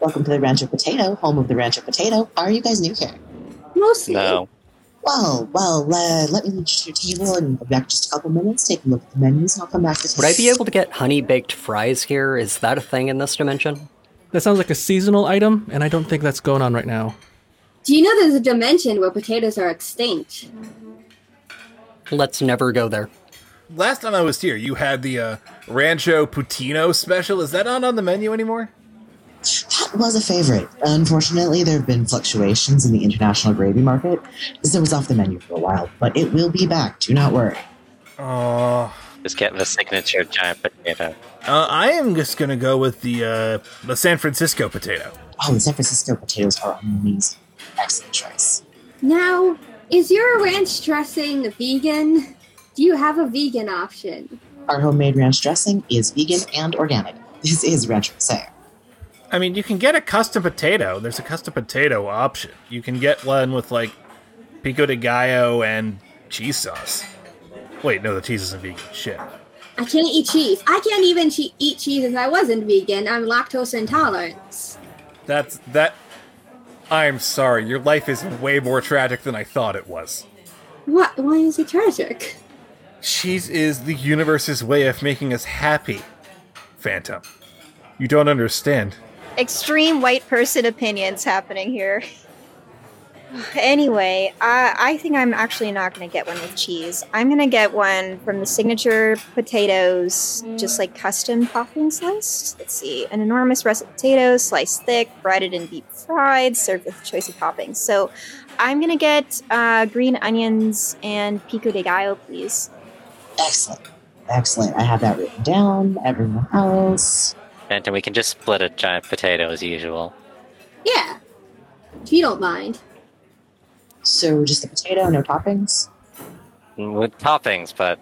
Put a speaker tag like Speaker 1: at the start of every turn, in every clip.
Speaker 1: Welcome to the Rancho Potato, home of the Rancho Potato. Are you guys new here?
Speaker 2: Mostly.
Speaker 3: No.
Speaker 1: Well, well, uh, let me reach your table and I'll be back in just a couple minutes. Take a look at the menus and I'll come back to
Speaker 4: Would I be able to get honey baked fries here? Is that a thing in this dimension?
Speaker 5: That sounds like a seasonal item, and I don't think that's going on right now.
Speaker 2: Do you know there's a dimension where potatoes are extinct?
Speaker 4: Let's never go there.
Speaker 6: Last time I was here, you had the uh, Rancho Putino special. Is that not on the menu anymore?
Speaker 1: That was a favorite. Unfortunately, there have been fluctuations in the international gravy market, so it was off the menu for a while, but it will be back. Do not worry.
Speaker 6: Oh,
Speaker 3: Just get the signature giant potato.
Speaker 6: uh, I am just gonna go with the uh, the San Francisco potato.
Speaker 1: Oh, the San Francisco potatoes are amazing. Excellent choice.
Speaker 2: Now, is your ranch dressing vegan? Do you have a vegan option?
Speaker 1: Our homemade ranch dressing is vegan and organic. This is Rancho Paseo.
Speaker 6: I mean, you can get a custom potato. There's a custom potato option. You can get one with like pico de gallo and cheese sauce. Wait, no, the cheese isn't vegan. Shit.
Speaker 2: I can't eat cheese. I can't even che- eat cheese if I wasn't vegan. I'm lactose intolerant.
Speaker 6: That's that. I'm sorry. Your life is way more tragic than I thought it was.
Speaker 2: What? Why is it tragic?
Speaker 6: Cheese is the universe's way of making us happy, Phantom. You don't understand.
Speaker 7: extreme white person opinions happening here. Anyway, I, I think I'm actually not going to get one with cheese. I'm going to get one from the signature potatoes, just like custom toppings list. Let's see, an enormous russet potato, sliced thick, breaded and deep fried, served with a choice of toppings. So I'm going to get uh, green onions and pico de gallo, please.
Speaker 1: Excellent. Excellent. I have that written down. Everyone else.
Speaker 3: And we can just split a giant potato as usual.
Speaker 2: Yeah. If you don't mind.
Speaker 1: So just the potato, no toppings.
Speaker 3: With toppings, but.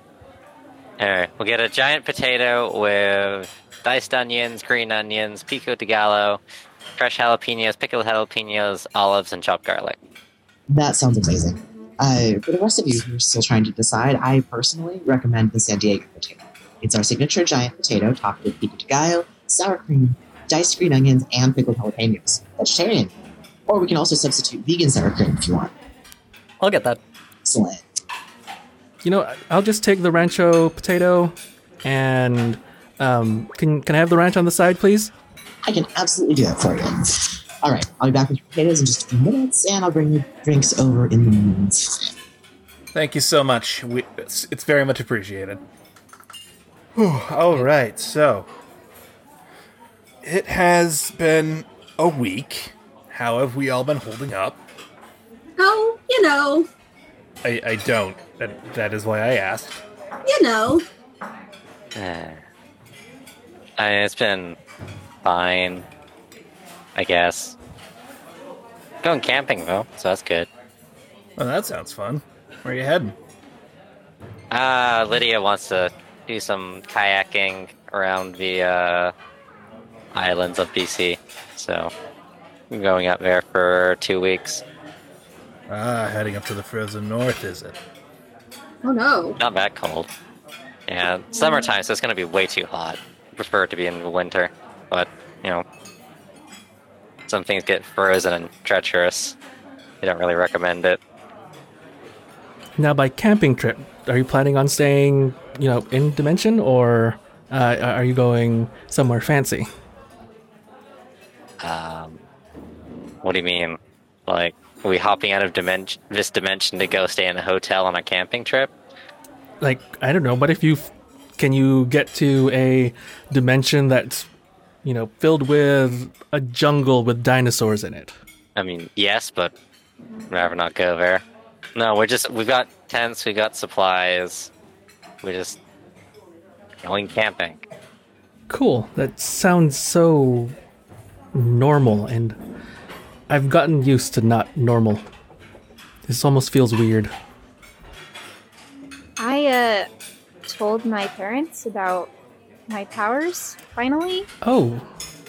Speaker 3: Alright, we'll get a giant potato with diced onions, green onions, pico de gallo, fresh jalapenos, pickled jalapenos, olives, and chopped garlic.
Speaker 1: That sounds amazing. Uh, for the rest of you who are still trying to decide, I personally recommend the San Diego potato. It's our signature giant potato topped with pico de gallo, sour cream, diced green onions, and pickled jalapenos. Vegetarian. Or we can also substitute vegan sour cream if you want.
Speaker 4: I'll get that.
Speaker 1: Excellent.
Speaker 5: You know, I- I'll just take the Rancho potato, and um, can can I have the ranch on the side, please?
Speaker 1: I can absolutely do that for you. All right, I'll be back with your potatoes in just a few minutes, and I'll bring you drinks over in the means.
Speaker 6: Thank you so much. We, it's, it's very much appreciated. Whew, all right, so it has been a week. How have we all been holding up?
Speaker 2: Oh, you know,
Speaker 6: I, I don't. That, that is why I asked.
Speaker 2: you know.
Speaker 3: Uh, I mean, it's been fine, I guess. Going camping though, so that's good.
Speaker 6: Oh, that sounds fun. Where are you heading?
Speaker 3: Uh, Lydia wants to do some kayaking around the uh, islands of BC, so I'm going up there for two weeks.
Speaker 6: Ah, heading up to the frozen north, is it?
Speaker 2: Oh no.
Speaker 3: Not that cold. Yeah, summertime, so it's gonna be way too hot. prefer it to be in the winter, but you know, some things get frozen and treacherous. I don't really recommend it.
Speaker 5: Now, by camping trip, are you planning on staying, you know, in Dimension, or uh, are you going somewhere fancy?
Speaker 3: Um, what do you mean? Like, are we hopping out of dimension, this dimension to go stay in a hotel on a camping trip?
Speaker 5: Like, I don't know. What if you can you get to a dimension that's, you know, filled with a jungle with dinosaurs in it?
Speaker 3: I mean, yes, but rather not go there. No, we're just we've got tents, we got supplies. We're just going camping.
Speaker 5: Cool. That sounds so normal, and I've gotten used to not normal. This almost feels weird.
Speaker 7: I uh, told my parents about my powers finally.
Speaker 5: Oh,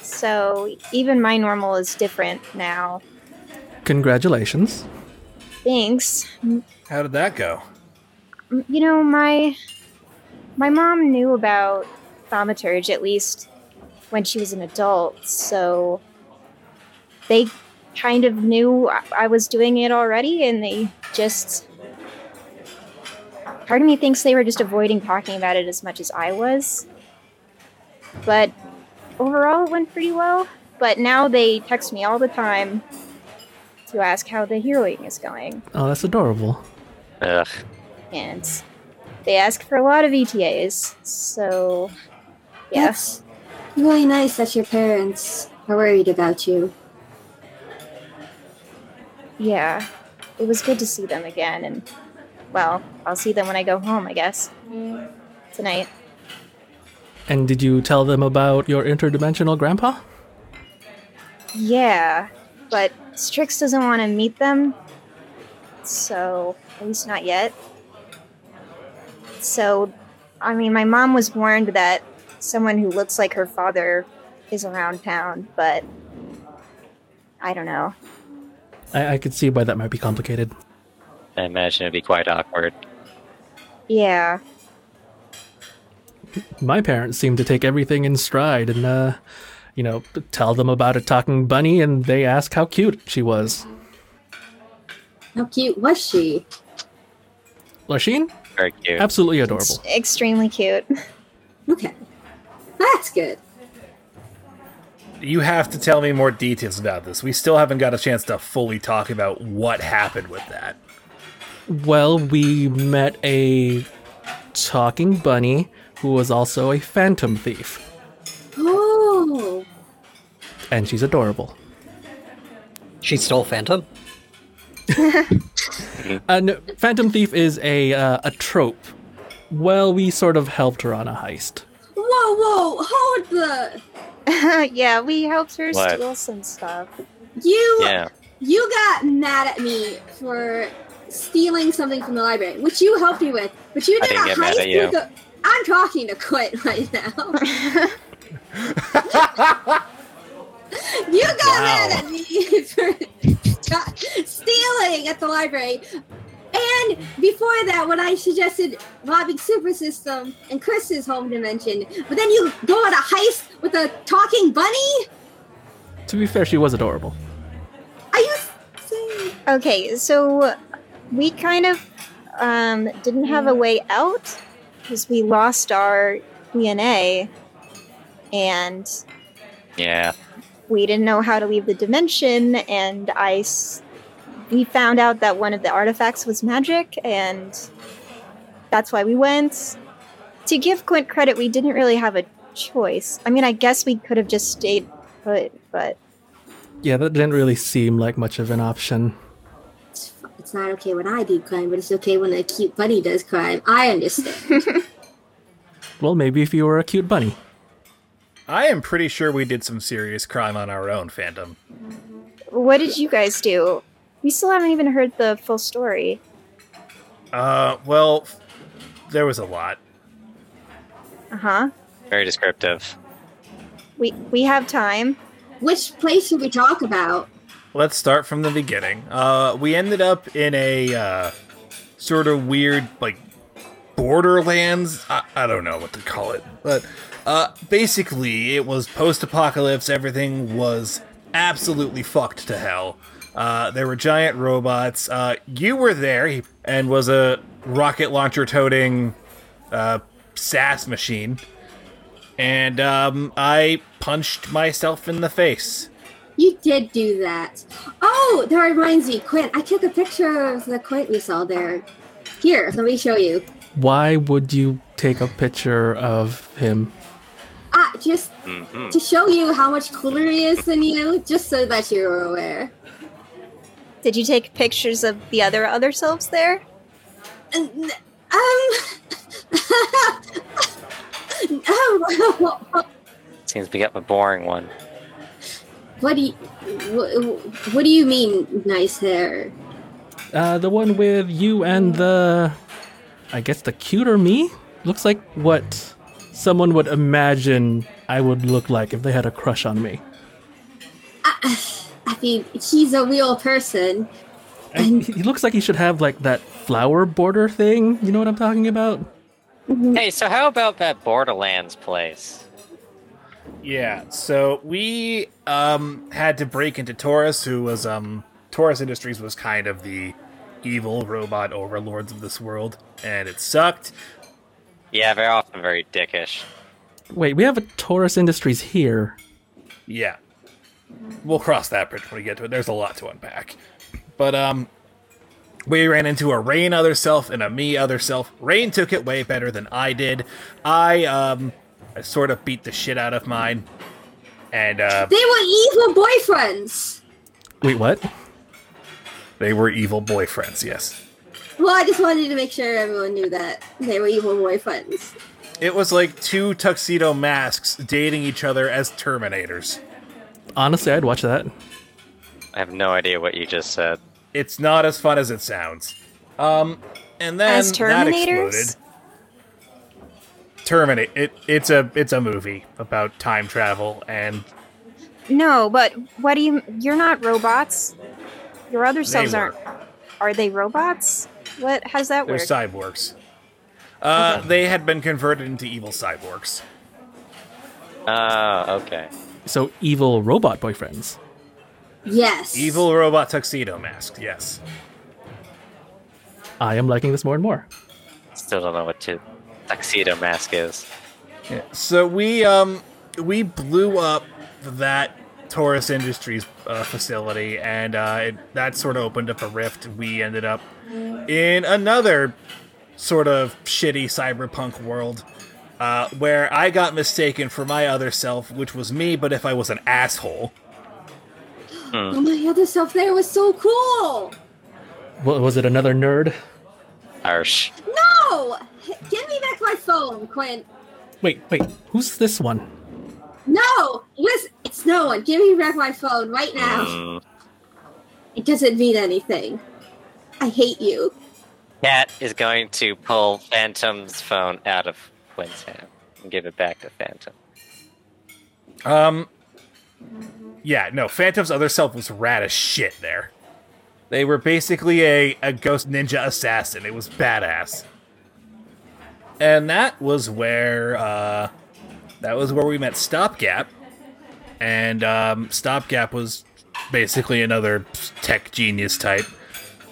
Speaker 7: So even my normal is different now.
Speaker 5: congratulations.
Speaker 7: Thanks. M-
Speaker 6: How did that go?
Speaker 7: You know, my my mom knew about thaumaturge at least when she was an adult, so they kind of knew I- I was doing it already, and they just. Part of me thinks they were just avoiding talking about it as much as I was. But overall, it went pretty well. But now they text me all the time to ask how the heroing is going.
Speaker 5: Oh, that's adorable.
Speaker 3: Ugh.
Speaker 7: And they ask for a lot of ETAs. So, yeah.
Speaker 2: That's really nice that your parents are worried about you.
Speaker 7: Yeah. It was good to see them again. And, well, I'll see them when I go home, I guess. Tonight.
Speaker 5: And did you tell them about your interdimensional grandpa?
Speaker 7: Yeah. But Strix doesn't want to meet them. So, at least not yet. So, I mean, my mom was warned that someone who looks like her father is around town, but I don't know.
Speaker 5: I, I could see why that might be complicated.
Speaker 3: I imagine it'd be quite awkward.
Speaker 7: Yeah.
Speaker 5: My parents seem to take everything in stride and, uh, you know, tell them about a talking bunny and they ask how cute she was.
Speaker 2: How cute was she?
Speaker 5: Lasheen?
Speaker 3: Very cute.
Speaker 5: Absolutely adorable.
Speaker 7: It's extremely cute.
Speaker 2: Okay. That's good.
Speaker 6: You have to tell me more details about this. We still haven't got a chance to fully talk about what happened with that.
Speaker 5: Well, we met a talking bunny who was also a phantom thief,
Speaker 2: Oh,
Speaker 5: and she's adorable.
Speaker 4: She stole Phantom?
Speaker 5: Uh, no, phantom thief is a uh, a trope. Well, we sort of helped her on a heist.
Speaker 2: whoa, whoa, hold the.
Speaker 7: yeah, we helped her
Speaker 3: What?
Speaker 7: steal some stuff.
Speaker 2: You
Speaker 3: Yeah.
Speaker 2: you got mad at me for stealing something from the library, which you helped me with, but you
Speaker 3: I
Speaker 2: did
Speaker 3: didn't
Speaker 2: a
Speaker 3: get
Speaker 2: heist.
Speaker 3: mad at you.
Speaker 2: with a- I'm talking to quit right now. you got mad at me for stealing at the library. And before that, when I suggested robbing Super System and Chris's home dimension, but then you go on a heist with a talking bunny?
Speaker 5: To be fair, she was adorable.
Speaker 2: Are you saying
Speaker 7: Okay, so we kind of um, didn't have a way out because we lost our DNA and
Speaker 3: Yeah.
Speaker 7: we didn't know how to leave the dimension. And I, s- we found out that one of the artifacts was magic, and that's why we went. To give Quint credit, we didn't really have a choice. I mean, I guess we could have just stayed put, but
Speaker 5: Yeah, that didn't really seem like much of an option.
Speaker 2: It's, f- it's not okay when I do crime, but it's okay when a cute bunny does crime. I understand.
Speaker 5: Well, maybe if you were a cute bunny.
Speaker 6: I am pretty sure we did some serious crime on our own, Phantom.
Speaker 7: What did you guys do? We still haven't even heard the full story.
Speaker 6: Uh, well, f- there was a lot.
Speaker 7: Uh huh.
Speaker 3: Very descriptive.
Speaker 7: We we have time.
Speaker 2: Which place should we talk about?
Speaker 6: Let's start from the beginning. Uh, we ended up in a uh, sort of weird, like, borderlands. I, I don't know what to call it. But uh, basically, it was post apocalypse. Everything was absolutely fucked to hell. Uh, there were giant robots. Uh, you were there he- and was a rocket launcher toting uh, SAS machine. And um, I punched myself in the face.
Speaker 2: You did do that. Oh, that reminds me, Quint. I took a picture of the Quint we saw there. Here, let me show you.
Speaker 5: Why would you take a picture of him?
Speaker 2: Ah, just
Speaker 3: hmm
Speaker 2: to show you how much cooler he is than you, just so that you were aware.
Speaker 7: Did you take pictures of the other other selves there?
Speaker 2: And, um. um
Speaker 3: Seems we got a boring one.
Speaker 2: what do you, wh- what do you mean, nice hair?
Speaker 5: Uh, the one with you and the, I guess the cuter me looks like what someone would imagine I would look like if they had a crush on me.
Speaker 2: I mean, he's a real person.
Speaker 5: And he looks like he should have like that flower border thing. You know what I'm talking about?
Speaker 3: Hey, so how about that Borderlands place?
Speaker 6: Yeah, so we um had to break into Taurus, who was um Taurus Industries was kind of the evil robot overlords of this world, and it sucked.
Speaker 3: Yeah, very often very dickish.
Speaker 5: Wait, we have a Taurus Industries here.
Speaker 6: Yeah. We'll cross that bridge when we get to it. There's a lot to unpack. But um we ran into a Rain other self and a me other self. Rain took it way better than I did. I um I sort of beat the shit out of mine. And uh
Speaker 2: They were evil boyfriends.
Speaker 5: Wait, what?
Speaker 6: they were evil boyfriends, yes.
Speaker 2: Well, I just wanted to make sure everyone knew that they were evil boyfriends.
Speaker 6: It was like two tuxedo masks dating each other as Terminators.
Speaker 5: Honestly, I'd watch that.
Speaker 3: I have no idea what you just said.
Speaker 6: It's not as fun as it sounds. Um, and then
Speaker 7: As
Speaker 6: that
Speaker 7: Terminators?
Speaker 6: exploded. Terminate. It, it's a it's a movie about time travel, and
Speaker 7: No, but what do you? You're not robots. Your other selves
Speaker 6: were.
Speaker 7: aren't. Are they robots? What? How's that
Speaker 6: they're
Speaker 7: work?
Speaker 6: cyborgs. Uh, They had been converted into evil cyborgs.
Speaker 3: Oh, okay.
Speaker 5: So evil robot boyfriends.
Speaker 2: Yes.
Speaker 6: Evil robot tuxedo mask. Yes.
Speaker 5: I am liking this more and more.
Speaker 3: Still don't know what to tuxedo mask is.
Speaker 6: So we um we blew up that Taurus Industries uh, facility, and uh, it, that sort of opened up a rift. We ended up in another sort of shitty cyberpunk world. Uh, where I got mistaken for my other self, which was me, but if I was an asshole.
Speaker 2: Oh, my other self there was so cool.
Speaker 5: What was it? Another nerd?
Speaker 3: Harsh.
Speaker 2: No! Give me back my phone, Quinn.
Speaker 5: Wait, wait. Who's this one?
Speaker 2: No! Listen, it's no one. Give me back my phone right now.
Speaker 3: Mm.
Speaker 2: It doesn't mean anything. I hate you.
Speaker 3: Cat is going to pull Phantom's phone out of Quinn's hand and give it back to Phantom.
Speaker 6: Um, yeah, no, Phantom's other self was rad as shit there. They were basically a, a ghost ninja assassin. It was badass. And that was where uh, that was where we met Stopgap, and um, Stopgap was basically another tech genius type.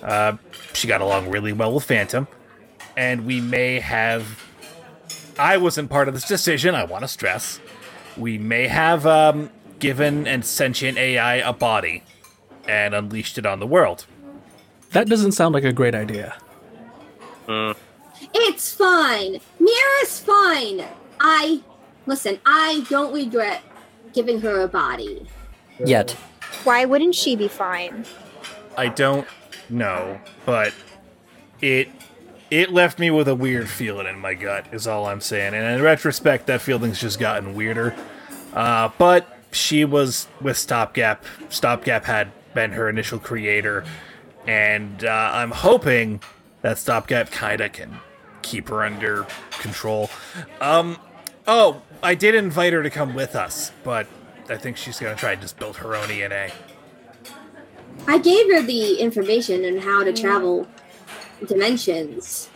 Speaker 6: Uh, she got along really well with Phantom, and we may have. I wasn't part of this decision. I want to stress we may have um, given an sentient AI a body and unleashed it on the world.
Speaker 5: That doesn't sound like a great idea.
Speaker 2: It's fine. Mira's fine. I. Listen, I don't regret giving her a body.
Speaker 4: Yet,
Speaker 7: Why wouldn't she be fine?
Speaker 6: I don't know, but it it left me with a weird feeling in my gut is all I'm saying. And in retrospect, that feeling's just gotten weirder. Uh, but she was with Stopgap. Stopgap had been her initial creator, and uh, I'm hoping that Stopgap kinda can keep her under control. Um, oh, I did invite her to come with us, but I think she's gonna try and just build her own E ENA.
Speaker 2: I gave her the information on how to travel dimensions.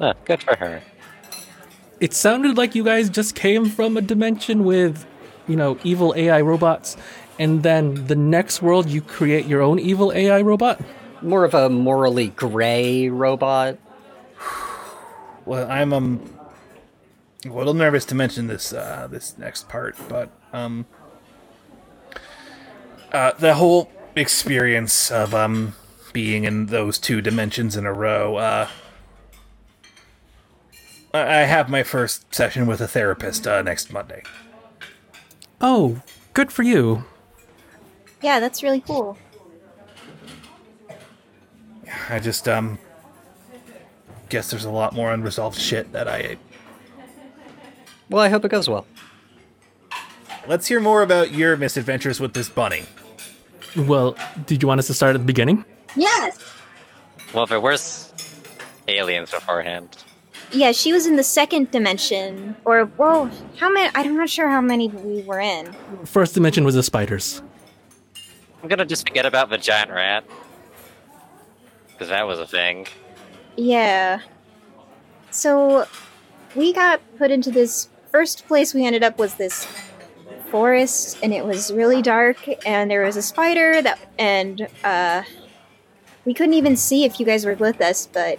Speaker 3: Oh, good for her.
Speaker 5: It sounded like you guys just came from a dimension with, you know, evil AI robots, and then the next world you create your own evil AI robot?
Speaker 4: more of a morally gray robot.
Speaker 6: Well, I'm um a little nervous to mention this uh, this next part, but um uh, the whole experience of um being in those two dimensions in a row. Uh, I I have my first session with a therapist uh, next Monday.
Speaker 5: Oh, good for you.
Speaker 7: Yeah, that's really cool.
Speaker 6: I just um guess there's a lot more unresolved shit that I
Speaker 4: Well, I hope it goes well.
Speaker 6: Let's hear more about your misadventures with this bunny.
Speaker 5: Well, did you want us to start at the beginning?
Speaker 2: Yes!
Speaker 3: Well, if it was aliens beforehand,
Speaker 7: Yeah, she was in the second dimension, or well, how many? I'm not sure how many we were in.
Speaker 5: First dimension was the spiders.
Speaker 3: I'm gonna just forget about the giant rat. Because that was a thing.
Speaker 7: Yeah. So, we got put into this first place we ended up was this forest and it was really dark and there was a spider that and uh we couldn't even see if you guys were with us but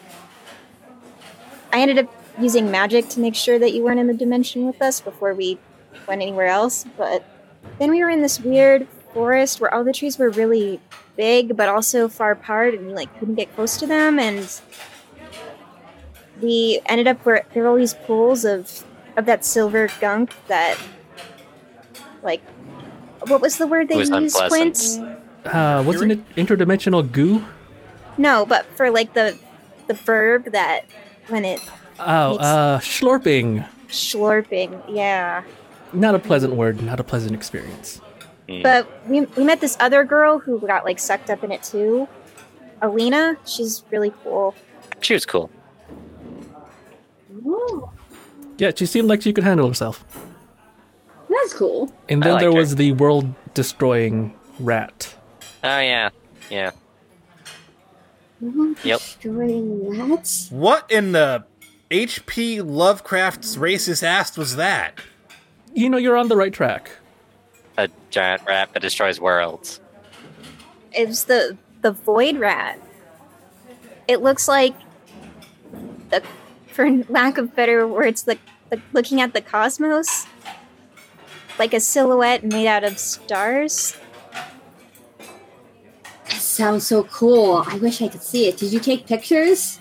Speaker 7: i ended up using magic to make sure that you weren't in the dimension with us before we went anywhere else but then we were in this weird forest where all the trees were really big but also far apart and we like couldn't get close to them and we ended up where there were all these pools of of that silver gunk that like what was the word they
Speaker 3: It was
Speaker 7: used
Speaker 3: unpleasant.
Speaker 7: Quince?
Speaker 5: Uh, wasn't it interdimensional goo?
Speaker 7: no but for like the the verb that when it
Speaker 5: Oh, uh, slurping.
Speaker 7: slurping yeah
Speaker 5: Not a pleasant word. Not a pleasant experience.
Speaker 3: Mm. Hmm.
Speaker 7: But we, we met this other girl who got like sucked up in it too. Alina, she's really cool.
Speaker 3: She was cool.
Speaker 5: Yeah, she seemed like she could handle herself.
Speaker 2: That's cool.
Speaker 5: And
Speaker 3: I
Speaker 5: then
Speaker 3: liked
Speaker 5: there
Speaker 3: her.
Speaker 5: was the world-destroying rat.
Speaker 3: Oh yeah, yeah. Yep.
Speaker 2: Destroying rats?
Speaker 6: What in the HP Lovecraft's racist ass was that?
Speaker 5: You know, you're on the right track.
Speaker 3: A giant rat that destroys worlds.
Speaker 7: It was the the void rat. It looks like the for lack of better words, the, the looking at the cosmos. Like a silhouette made out of stars.
Speaker 2: That sounds so cool. I wish I could see it. Did you take pictures?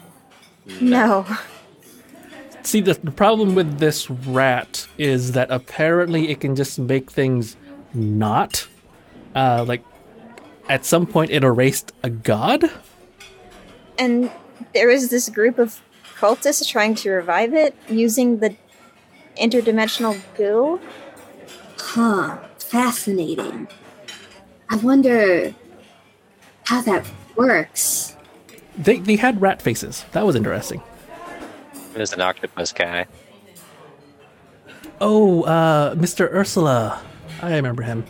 Speaker 7: No.
Speaker 5: See, the, the problem with this rat is that apparently it can just make things not. Uh, like, at some point it erased a god?
Speaker 7: And there was this group of cultists trying to revive it using the interdimensional goo.
Speaker 2: Huh. Fascinating. I wonder how that works.
Speaker 5: They, they had rat faces. That was interesting.
Speaker 3: There's an octopus guy.
Speaker 5: Oh, uh, Mr. Ursula. I remember him.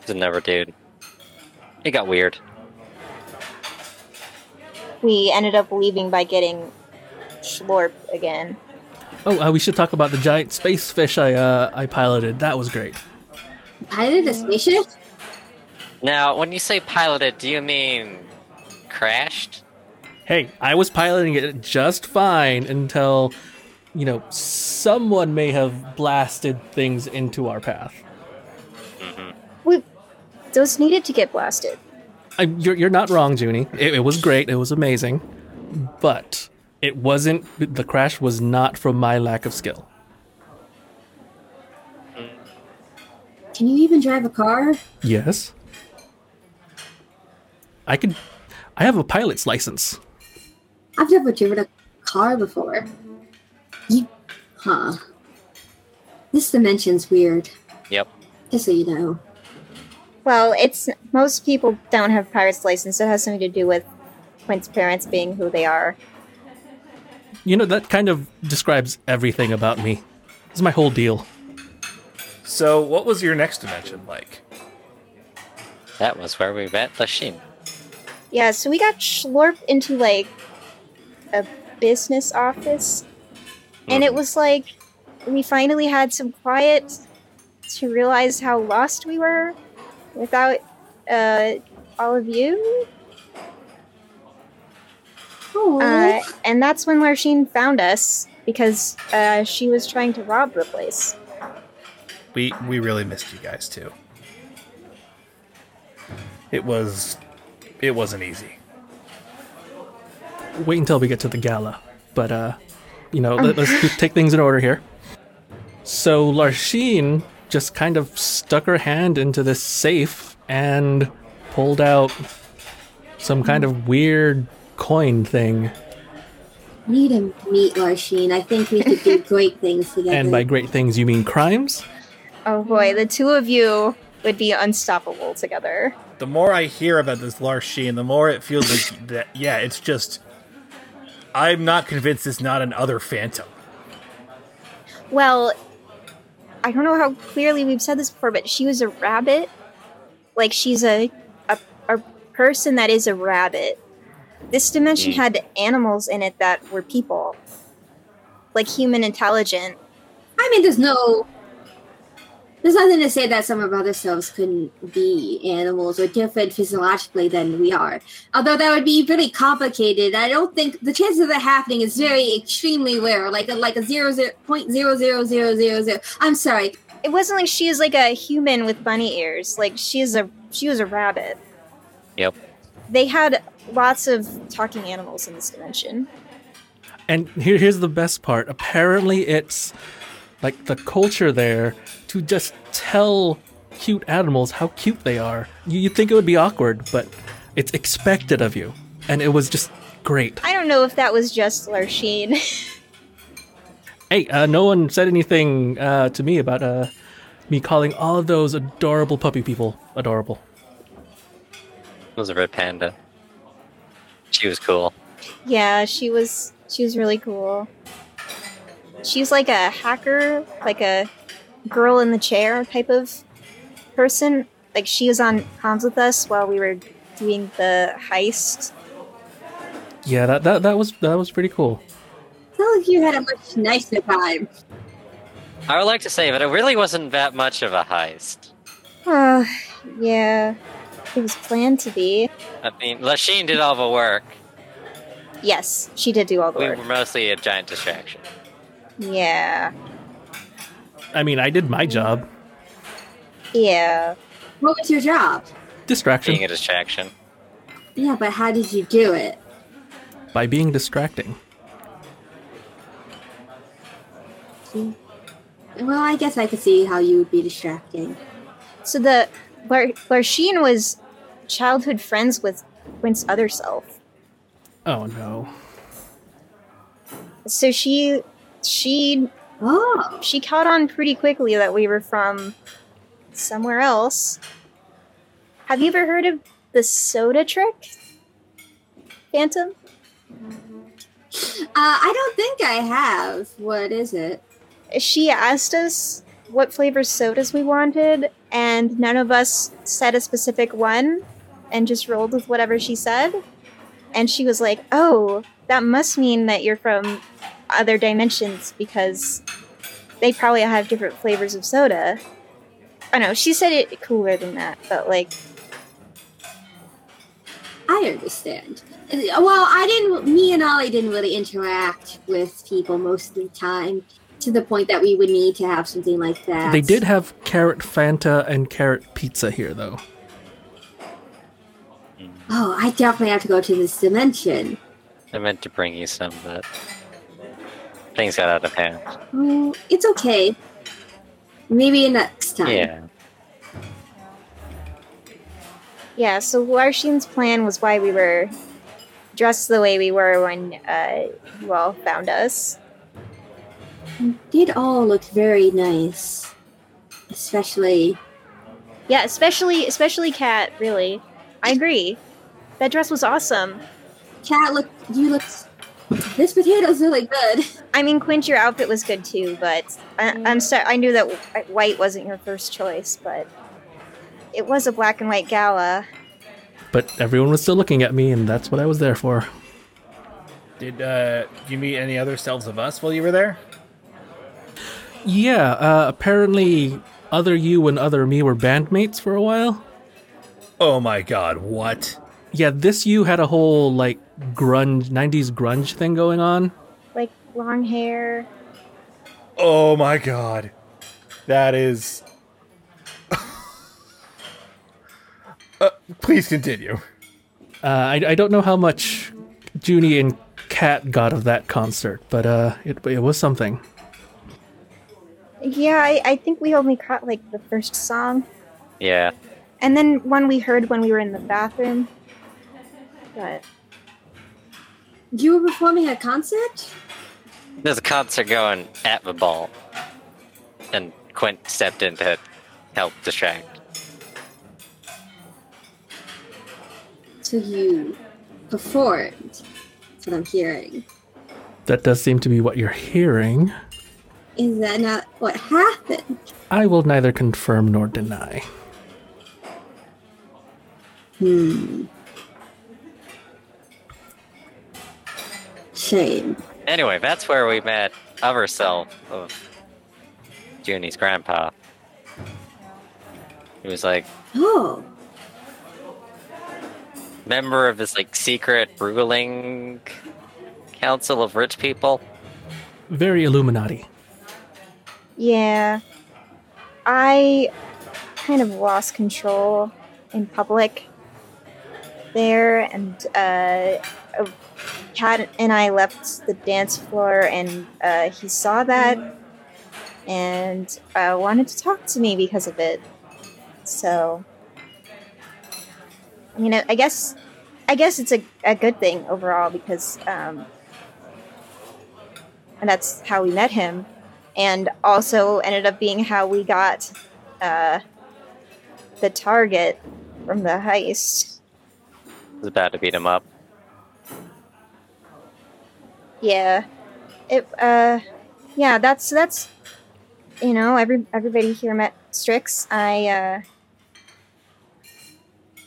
Speaker 3: He's another dude. It got weird.
Speaker 7: we ended up leaving by getting schlorp again.
Speaker 5: Oh, uh, we should talk about the giant space fish I uh, I piloted. That was great.
Speaker 2: Piloted a spaceship?
Speaker 3: Now, when you say piloted, do you mean crashed?
Speaker 5: Hey, I was piloting it just fine until, you know, someone may have blasted things into our path.
Speaker 7: We those needed to get blasted.
Speaker 5: I, you're, you're not wrong, Junie. It, it was great. It was amazing, but it wasn't. The crash was not from my lack of skill.
Speaker 2: Can you even drive a car?
Speaker 5: Yes, I could. I have a pilot's license.
Speaker 2: I've never driven a car before. You, huh? This dimension's weird.
Speaker 3: Yep.
Speaker 2: Just so you know.
Speaker 7: Well, it's most people don't have pirate's license, so it has something to do with Quint's parents being who they are.
Speaker 5: You know that kind of describes everything about me. This is my whole deal.
Speaker 6: So, what was your next dimension like?
Speaker 3: That was where we met Lashim.
Speaker 7: Yeah, so we got schlorp into like a business office, and it was like we finally had some quiet to realize how lost we were without uh, all of you.
Speaker 2: Oh,
Speaker 7: Uh, and that's when Larsheen found us because uh, she was trying to rob the place.
Speaker 6: We we really missed you guys too. It was it wasn't easy.
Speaker 5: Wait until we get to the gala, but uh, you know, let, us take things in order here. So Larsheen just kind of stuck her hand into this safe and pulled out some kind of weird coin thing.
Speaker 2: we need to meet Larsheen. I think we could do great things together.
Speaker 5: And by great things, you mean crimes?
Speaker 7: Oh boy, the two of you would be unstoppable together.
Speaker 6: The more I hear about this Larsheen, the more it feels like that yeah, it's just I'm not convinced it's not another phantom.
Speaker 7: Well, I don't know how clearly we've said this before, but she was a rabbit. Like she's a a, a person that is a rabbit. This dimension had animals in it that were people. like human intelligent.
Speaker 2: I mean, there's no, there's nothing to say that some of other selves couldn't be animals or different physiologically than we are. Although that would be really complicated. I don't think the chances of that happening is very extremely rare. Like a, like a zero zero point zero zero zero zero zero. I'm sorry.
Speaker 7: It wasn't like she is like a human with bunny ears. Like she is a she was a rabbit.
Speaker 3: Yep.
Speaker 7: They had lots of talking animals in this dimension.
Speaker 5: And here, here's the best part. Apparently, it's like the culture there to just tell cute animals how cute they are. You, you'd think it would be awkward, but it's expected of you. And it was just great.
Speaker 7: I don't know if that was just Larsheen.
Speaker 5: Hey, uh, no one said anything uh, to me about uh, me calling all of those adorable puppy people adorable.
Speaker 3: It was a red panda. She was cool.
Speaker 7: yeah, she was she was really cool. She's like a hacker, like a girl in the chair type of person. Like she was on comms with us while we were doing the heist.
Speaker 5: Yeah, that, that, that was that was pretty cool.
Speaker 2: Sounds like you had a much nicer time.
Speaker 3: I would like to say, but it really wasn't that much of a heist.
Speaker 7: Uh, yeah. It was planned to be.
Speaker 3: I mean, Lasheen did all the work.
Speaker 7: Yes, she did do all the
Speaker 3: We
Speaker 7: work.
Speaker 3: were mostly a giant distraction.
Speaker 7: Yeah.
Speaker 5: I mean, I did my job.
Speaker 7: Yeah.
Speaker 2: What was your job?
Speaker 5: Distraction
Speaker 3: Being a distraction.
Speaker 2: Yeah, but how did you do it?
Speaker 5: by being distracting.
Speaker 2: Well, I guess I could see how you would be distracting.
Speaker 7: So the Lar- Larsheen was childhood friends with Quint's other self.
Speaker 5: Oh no.
Speaker 7: So she she
Speaker 2: Oh,
Speaker 7: she caught on pretty quickly that we were from somewhere else. Have you ever heard of the soda trick? Phantom?
Speaker 2: uh, I don't think I have. What is it?
Speaker 7: She asked us what flavor sodas we wanted, and none of us said a specific one and just rolled with whatever she said. And she was like, Oh, that must mean that you're from other dimensions because they probably have different flavors of soda. I know, she said it cooler than that, but like,
Speaker 2: I understand. Uh, Well, I didn't. Me and Ollie didn't really interact with people most of the time, to the point that we would need to have something like that.
Speaker 5: They did have carrot Fanta and carrot pizza here, though.
Speaker 2: Oh, I definitely have to go to this dimension.
Speaker 3: I meant to bring you some, but things got out of hand.
Speaker 2: Oh, it's okay. Maybe next time.
Speaker 3: Yeah.
Speaker 7: Yeah, so Larsheen's plan was why we were dressed the way we were when uh, you all found us.
Speaker 2: Did all look very nice, especially.
Speaker 7: Yeah, especially especially Kat, really. I agree. That dress was awesome.
Speaker 2: Cat, look, you look. This potato's really good.
Speaker 7: I mean, Quint, your outfit was good too, but I, I'm sorry. I knew that wh- white wasn't your first choice, but it was a black and white gala.
Speaker 5: But everyone was still looking at me, and that's what I was there for.
Speaker 6: Did uh, you meet any other selves of us while you were there?
Speaker 5: Yeah, uh, apparently, other you and other me were bandmates for a while.
Speaker 6: Oh my god, what?
Speaker 5: Yeah, this you had a whole like grunge '90s grunge thing going on.
Speaker 7: Like long hair.
Speaker 6: Oh my god. That is. uh, please continue.
Speaker 5: Uh, I, I don't know how much Junie and Kat got of that concert, but uh, it it was something.
Speaker 7: Yeah, I, I think we only caught like the first song,
Speaker 3: Yeah.
Speaker 7: and then one we heard when we were in the bathroom. But
Speaker 2: You were performing a concert?
Speaker 3: There's a concert going at the ball. And Quint stepped in to help distract.
Speaker 2: So you performed. That's what I'm hearing.
Speaker 5: That does seem to be what you're hearing.
Speaker 2: Is that not what happened?
Speaker 5: I will neither confirm nor deny.
Speaker 2: Hmm. Shame.
Speaker 3: Anyway, that's where we met of herself of Junie's grandpa. He was like
Speaker 2: Oh,
Speaker 3: member of this like secret ruling council of rich people.
Speaker 5: Very Illuminati.
Speaker 7: Yeah. I kind of lost control in public there, and uh, uh, Kat and I left the dance floor, and uh, he saw that and uh, wanted to talk to me because of it. So, I mean, I I guess. I guess it's a, a good thing overall because um, and that's how we met him and also ended up being how we got uh, the target from the heist.
Speaker 3: He was about to beat him up.
Speaker 7: Yeah, it. Uh, yeah, that's that's. You know, every everybody here met Strix. I. Uh,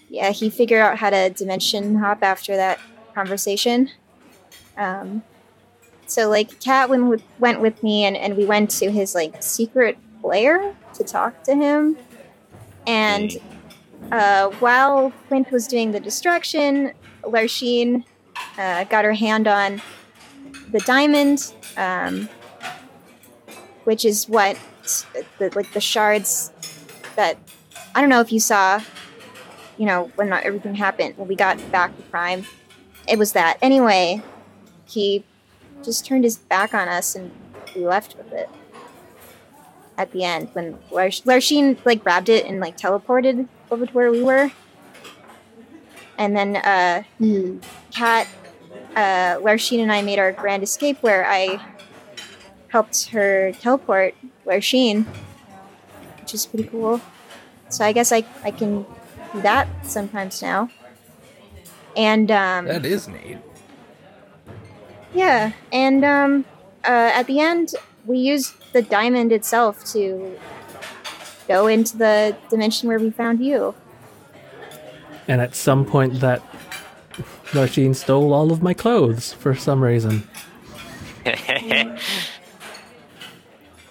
Speaker 7: yeah, he figured out how to dimension hop after that conversation. Um, so like, Kat went with, went with me, and, and we went to his like secret lair to talk to him, and uh, while Flint was doing the distraction, Larsheen uh, got her hand on the diamond, um, which is what the, like the shards that I don't know if you saw. You know when not everything happened when we got back to Prime, it was that. Anyway, he just turned his back on us and we left with it. At the end, when Larsh- Larsheen like grabbed it and like teleported over to where we were, and then uh,
Speaker 2: hmm.
Speaker 7: Kat, uh, Larsheen, and I made our grand escape where I helped her teleport Larsheen, which is pretty cool. So I guess I, I can do that sometimes now. And um,
Speaker 6: That is neat.
Speaker 7: yeah, and um, uh, at the end, we used the diamond itself to go into the dimension where we found you.
Speaker 5: And at some point, that Larsheen stole all of my clothes for some reason.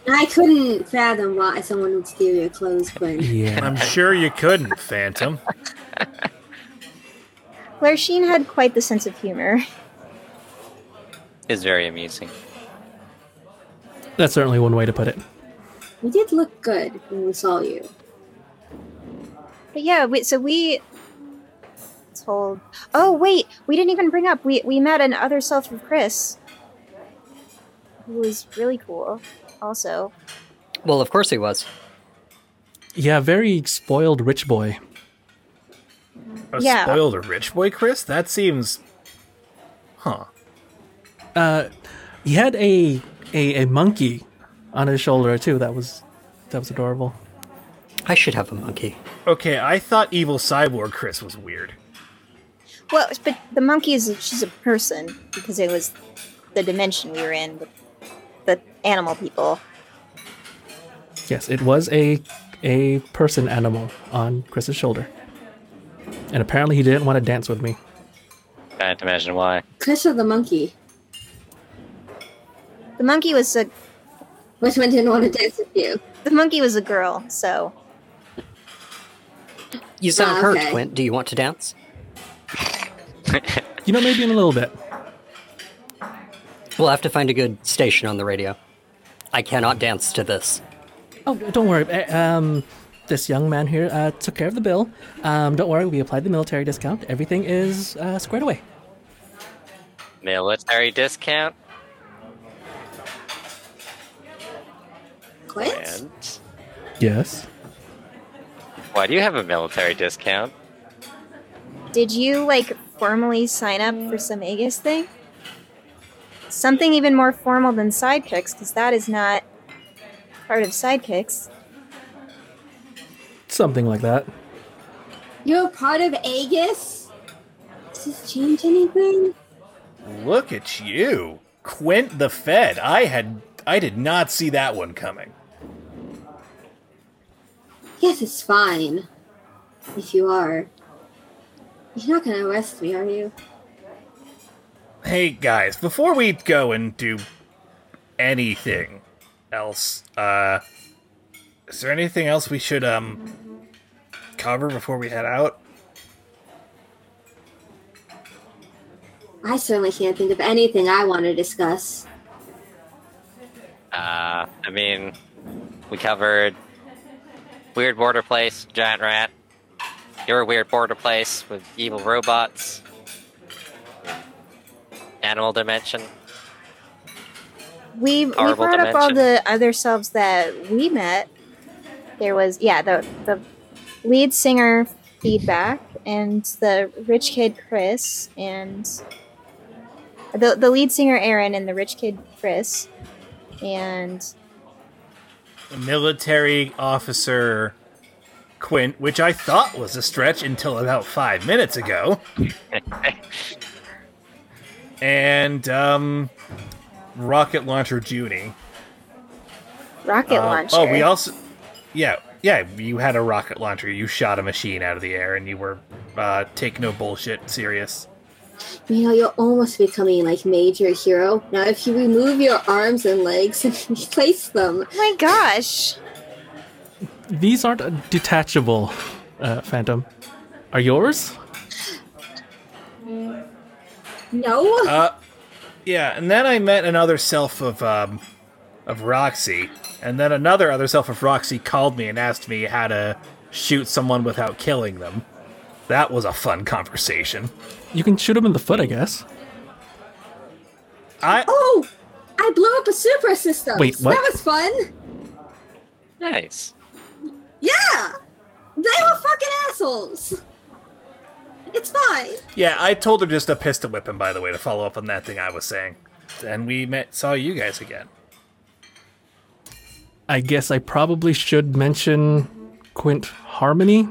Speaker 2: I couldn't fathom why someone would steal your clothes, but
Speaker 5: Yeah.
Speaker 6: I'm sure you couldn't, Phantom.
Speaker 7: Larsheen had quite the sense of humor.
Speaker 3: is very amusing.
Speaker 5: That's certainly one way to put it.
Speaker 2: we did look good when we saw you.
Speaker 7: But yeah, we, so we told. Oh wait, we didn't even bring up. We we met an other self of Chris, who was really cool. Also,
Speaker 4: Well, of course he was.
Speaker 5: Yeah, very spoiled rich boy.
Speaker 6: A
Speaker 7: Yeah.
Speaker 6: spoiled rich boy, Chris? That seems. Huh.
Speaker 5: Uh, he had a, a a monkey on his shoulder too. That was that was adorable.
Speaker 4: I should have a monkey.
Speaker 6: Okay, I thought evil cyborg Chris was weird.
Speaker 7: well, but the monkey is she's a person because it was the dimension we were in with the animal people.
Speaker 5: Yes, it was a a person animal on Chris's shoulder. And apparently he didn't want to dance with me.
Speaker 3: Can't imagine why.
Speaker 2: Chris of the monkey,
Speaker 7: The monkey was a
Speaker 2: which one didn't want to dance with you?
Speaker 7: the monkey was a girl, so
Speaker 4: You sound
Speaker 2: Ah,
Speaker 4: hurt,
Speaker 2: okay.
Speaker 4: Quint. Do you want to dance?
Speaker 5: You know, maybe in a little bit.
Speaker 4: We'll have to find a good station on the radio. I cannot dance to this.
Speaker 5: Oh, don't worry. eh, Um, this young man here uh, took care of the bill. Um, don't worry, we applied the military discount. Everything is uh, squared away.
Speaker 3: Military discount
Speaker 2: Quit?
Speaker 3: and
Speaker 5: Yes.
Speaker 3: why do you have a military discount?
Speaker 7: Did you like formally sign up for some Aegis thing? Something even more formal than sidekicks, because that is not part of sidekicks.
Speaker 5: Something like that.
Speaker 2: You're a part of Aegis? Does this change anything?
Speaker 6: Look at you, Quint the Fed. I had, I did not see that one coming.
Speaker 2: Yes, it's fine. If you are. You're not gonna arrest me, are you?
Speaker 6: Hey guys, before we go and do anything else. Uh, is there anything else we should um cover before we head out?
Speaker 2: I certainly can't think of anything I want to discuss.
Speaker 3: Uh, I mean, we covered weird border place, giant rat. Your weird border place with evil robots, animal dimension.
Speaker 7: We we
Speaker 3: Horrible
Speaker 7: brought up all
Speaker 3: dimension.
Speaker 7: the other selves that we met. There was yeah the the lead singer feedback and the rich kid Chris and the the lead singer Aaron and the rich kid Chris and
Speaker 6: Military officer Quint, which I thought was a stretch until about five minutes ago. and um, rocket launcher Junie.
Speaker 7: rocket
Speaker 6: Um,
Speaker 7: launcher.
Speaker 6: Oh, we also, yeah, yeah. You had a rocket launcher. You shot a machine out of the air, and you were uh, take no bullshit serious.
Speaker 2: You know, you're almost becoming like major hero. Now, if you remove your arms and legs and replace them,
Speaker 7: Oh my gosh.
Speaker 5: These aren't uh, detachable, uh, Phantom. Are yours?
Speaker 2: no.
Speaker 6: Uh, yeah. And then I met another self of um, of Roxy, and then another other self of Roxy called me and asked me how to shoot someone without killing them. That was a fun conversation.
Speaker 5: You can shoot them in the foot, I guess.
Speaker 6: I
Speaker 2: oh, I blew up a super system.
Speaker 5: Wait, what?
Speaker 2: That was fun.
Speaker 3: Nice.
Speaker 2: Yeah, they were fucking assholes. It's fine.
Speaker 6: yeah, I told her just to pistol whip him. By the way, to follow up on that thing I was saying, and we met saw you guys again.
Speaker 5: I guess I probably should mention Quint Harmony,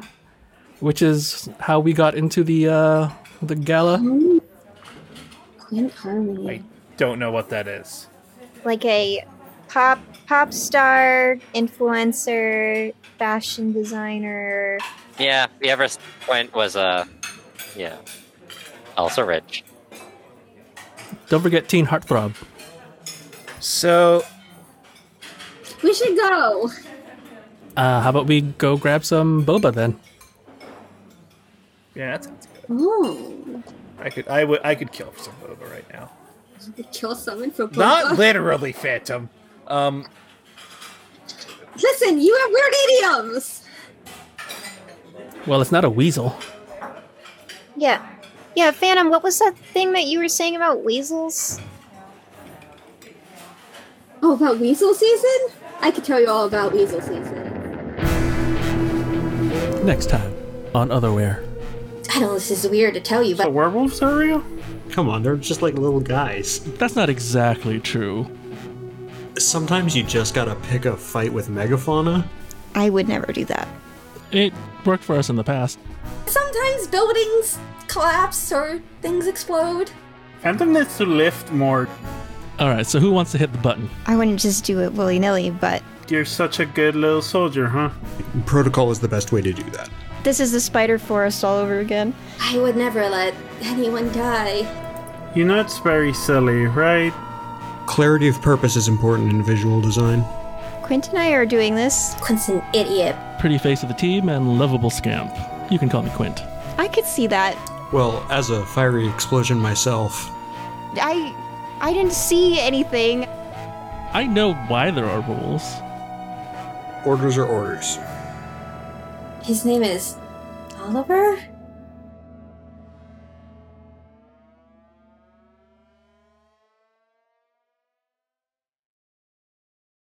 Speaker 5: which is how we got into the uh, the gala.
Speaker 2: Quint Harmony.
Speaker 6: I don't know what that is.
Speaker 7: like a pop pop star influencer fashion designer
Speaker 3: Yeah, the Everest point was uh, yeah, also rich.
Speaker 5: Don't forget Teen Heartthrob.
Speaker 6: So
Speaker 2: We should go.
Speaker 5: Uh, how about we go grab some boba then?
Speaker 6: yeah, that sounds good.
Speaker 2: Oh,
Speaker 6: I could, I would, I could kill for some boba right now.
Speaker 2: we kill someone for boba.
Speaker 6: Not literally, Phantom. Um,
Speaker 2: Listen, you have weird idioms.
Speaker 5: Well, it's not a weasel.
Speaker 7: yeah yeah phantom what was that thing that you were saying about weasels
Speaker 2: Oh, about weasel season? I could tell you all about weasel season.
Speaker 5: Next time on Otherware.
Speaker 2: I know this is weird to tell you,
Speaker 8: The
Speaker 2: but
Speaker 8: werewolves are real? Come on, they're just like little guys.
Speaker 5: That's not exactly true.
Speaker 8: Sometimes you just gotta pick a fight with megafauna.
Speaker 7: i would never do that
Speaker 5: It worked for us in the past.
Speaker 2: sometimes buildings collapse or things explode.
Speaker 8: Phantom needs to lift more.
Speaker 5: All right, so who wants to hit the button?
Speaker 7: i wouldn't just do it willy-nilly but
Speaker 8: You're such a good little soldier, huh? Protocol is the best way to do that.
Speaker 7: this is the spider forest all over again
Speaker 2: I would never let anyone die.
Speaker 8: You know it's very silly, right? Clarity of purpose is important in visual design.
Speaker 7: quint and i are doing this
Speaker 2: Quint's an idiot.
Speaker 5: Pretty face of the team and lovable scamp. You can call me Quint.
Speaker 7: i could see that
Speaker 8: Well, as a fiery explosion myself,
Speaker 7: i i didn't see anything
Speaker 5: I know why there are rules.
Speaker 8: orders are orders.
Speaker 2: His name is Oliver?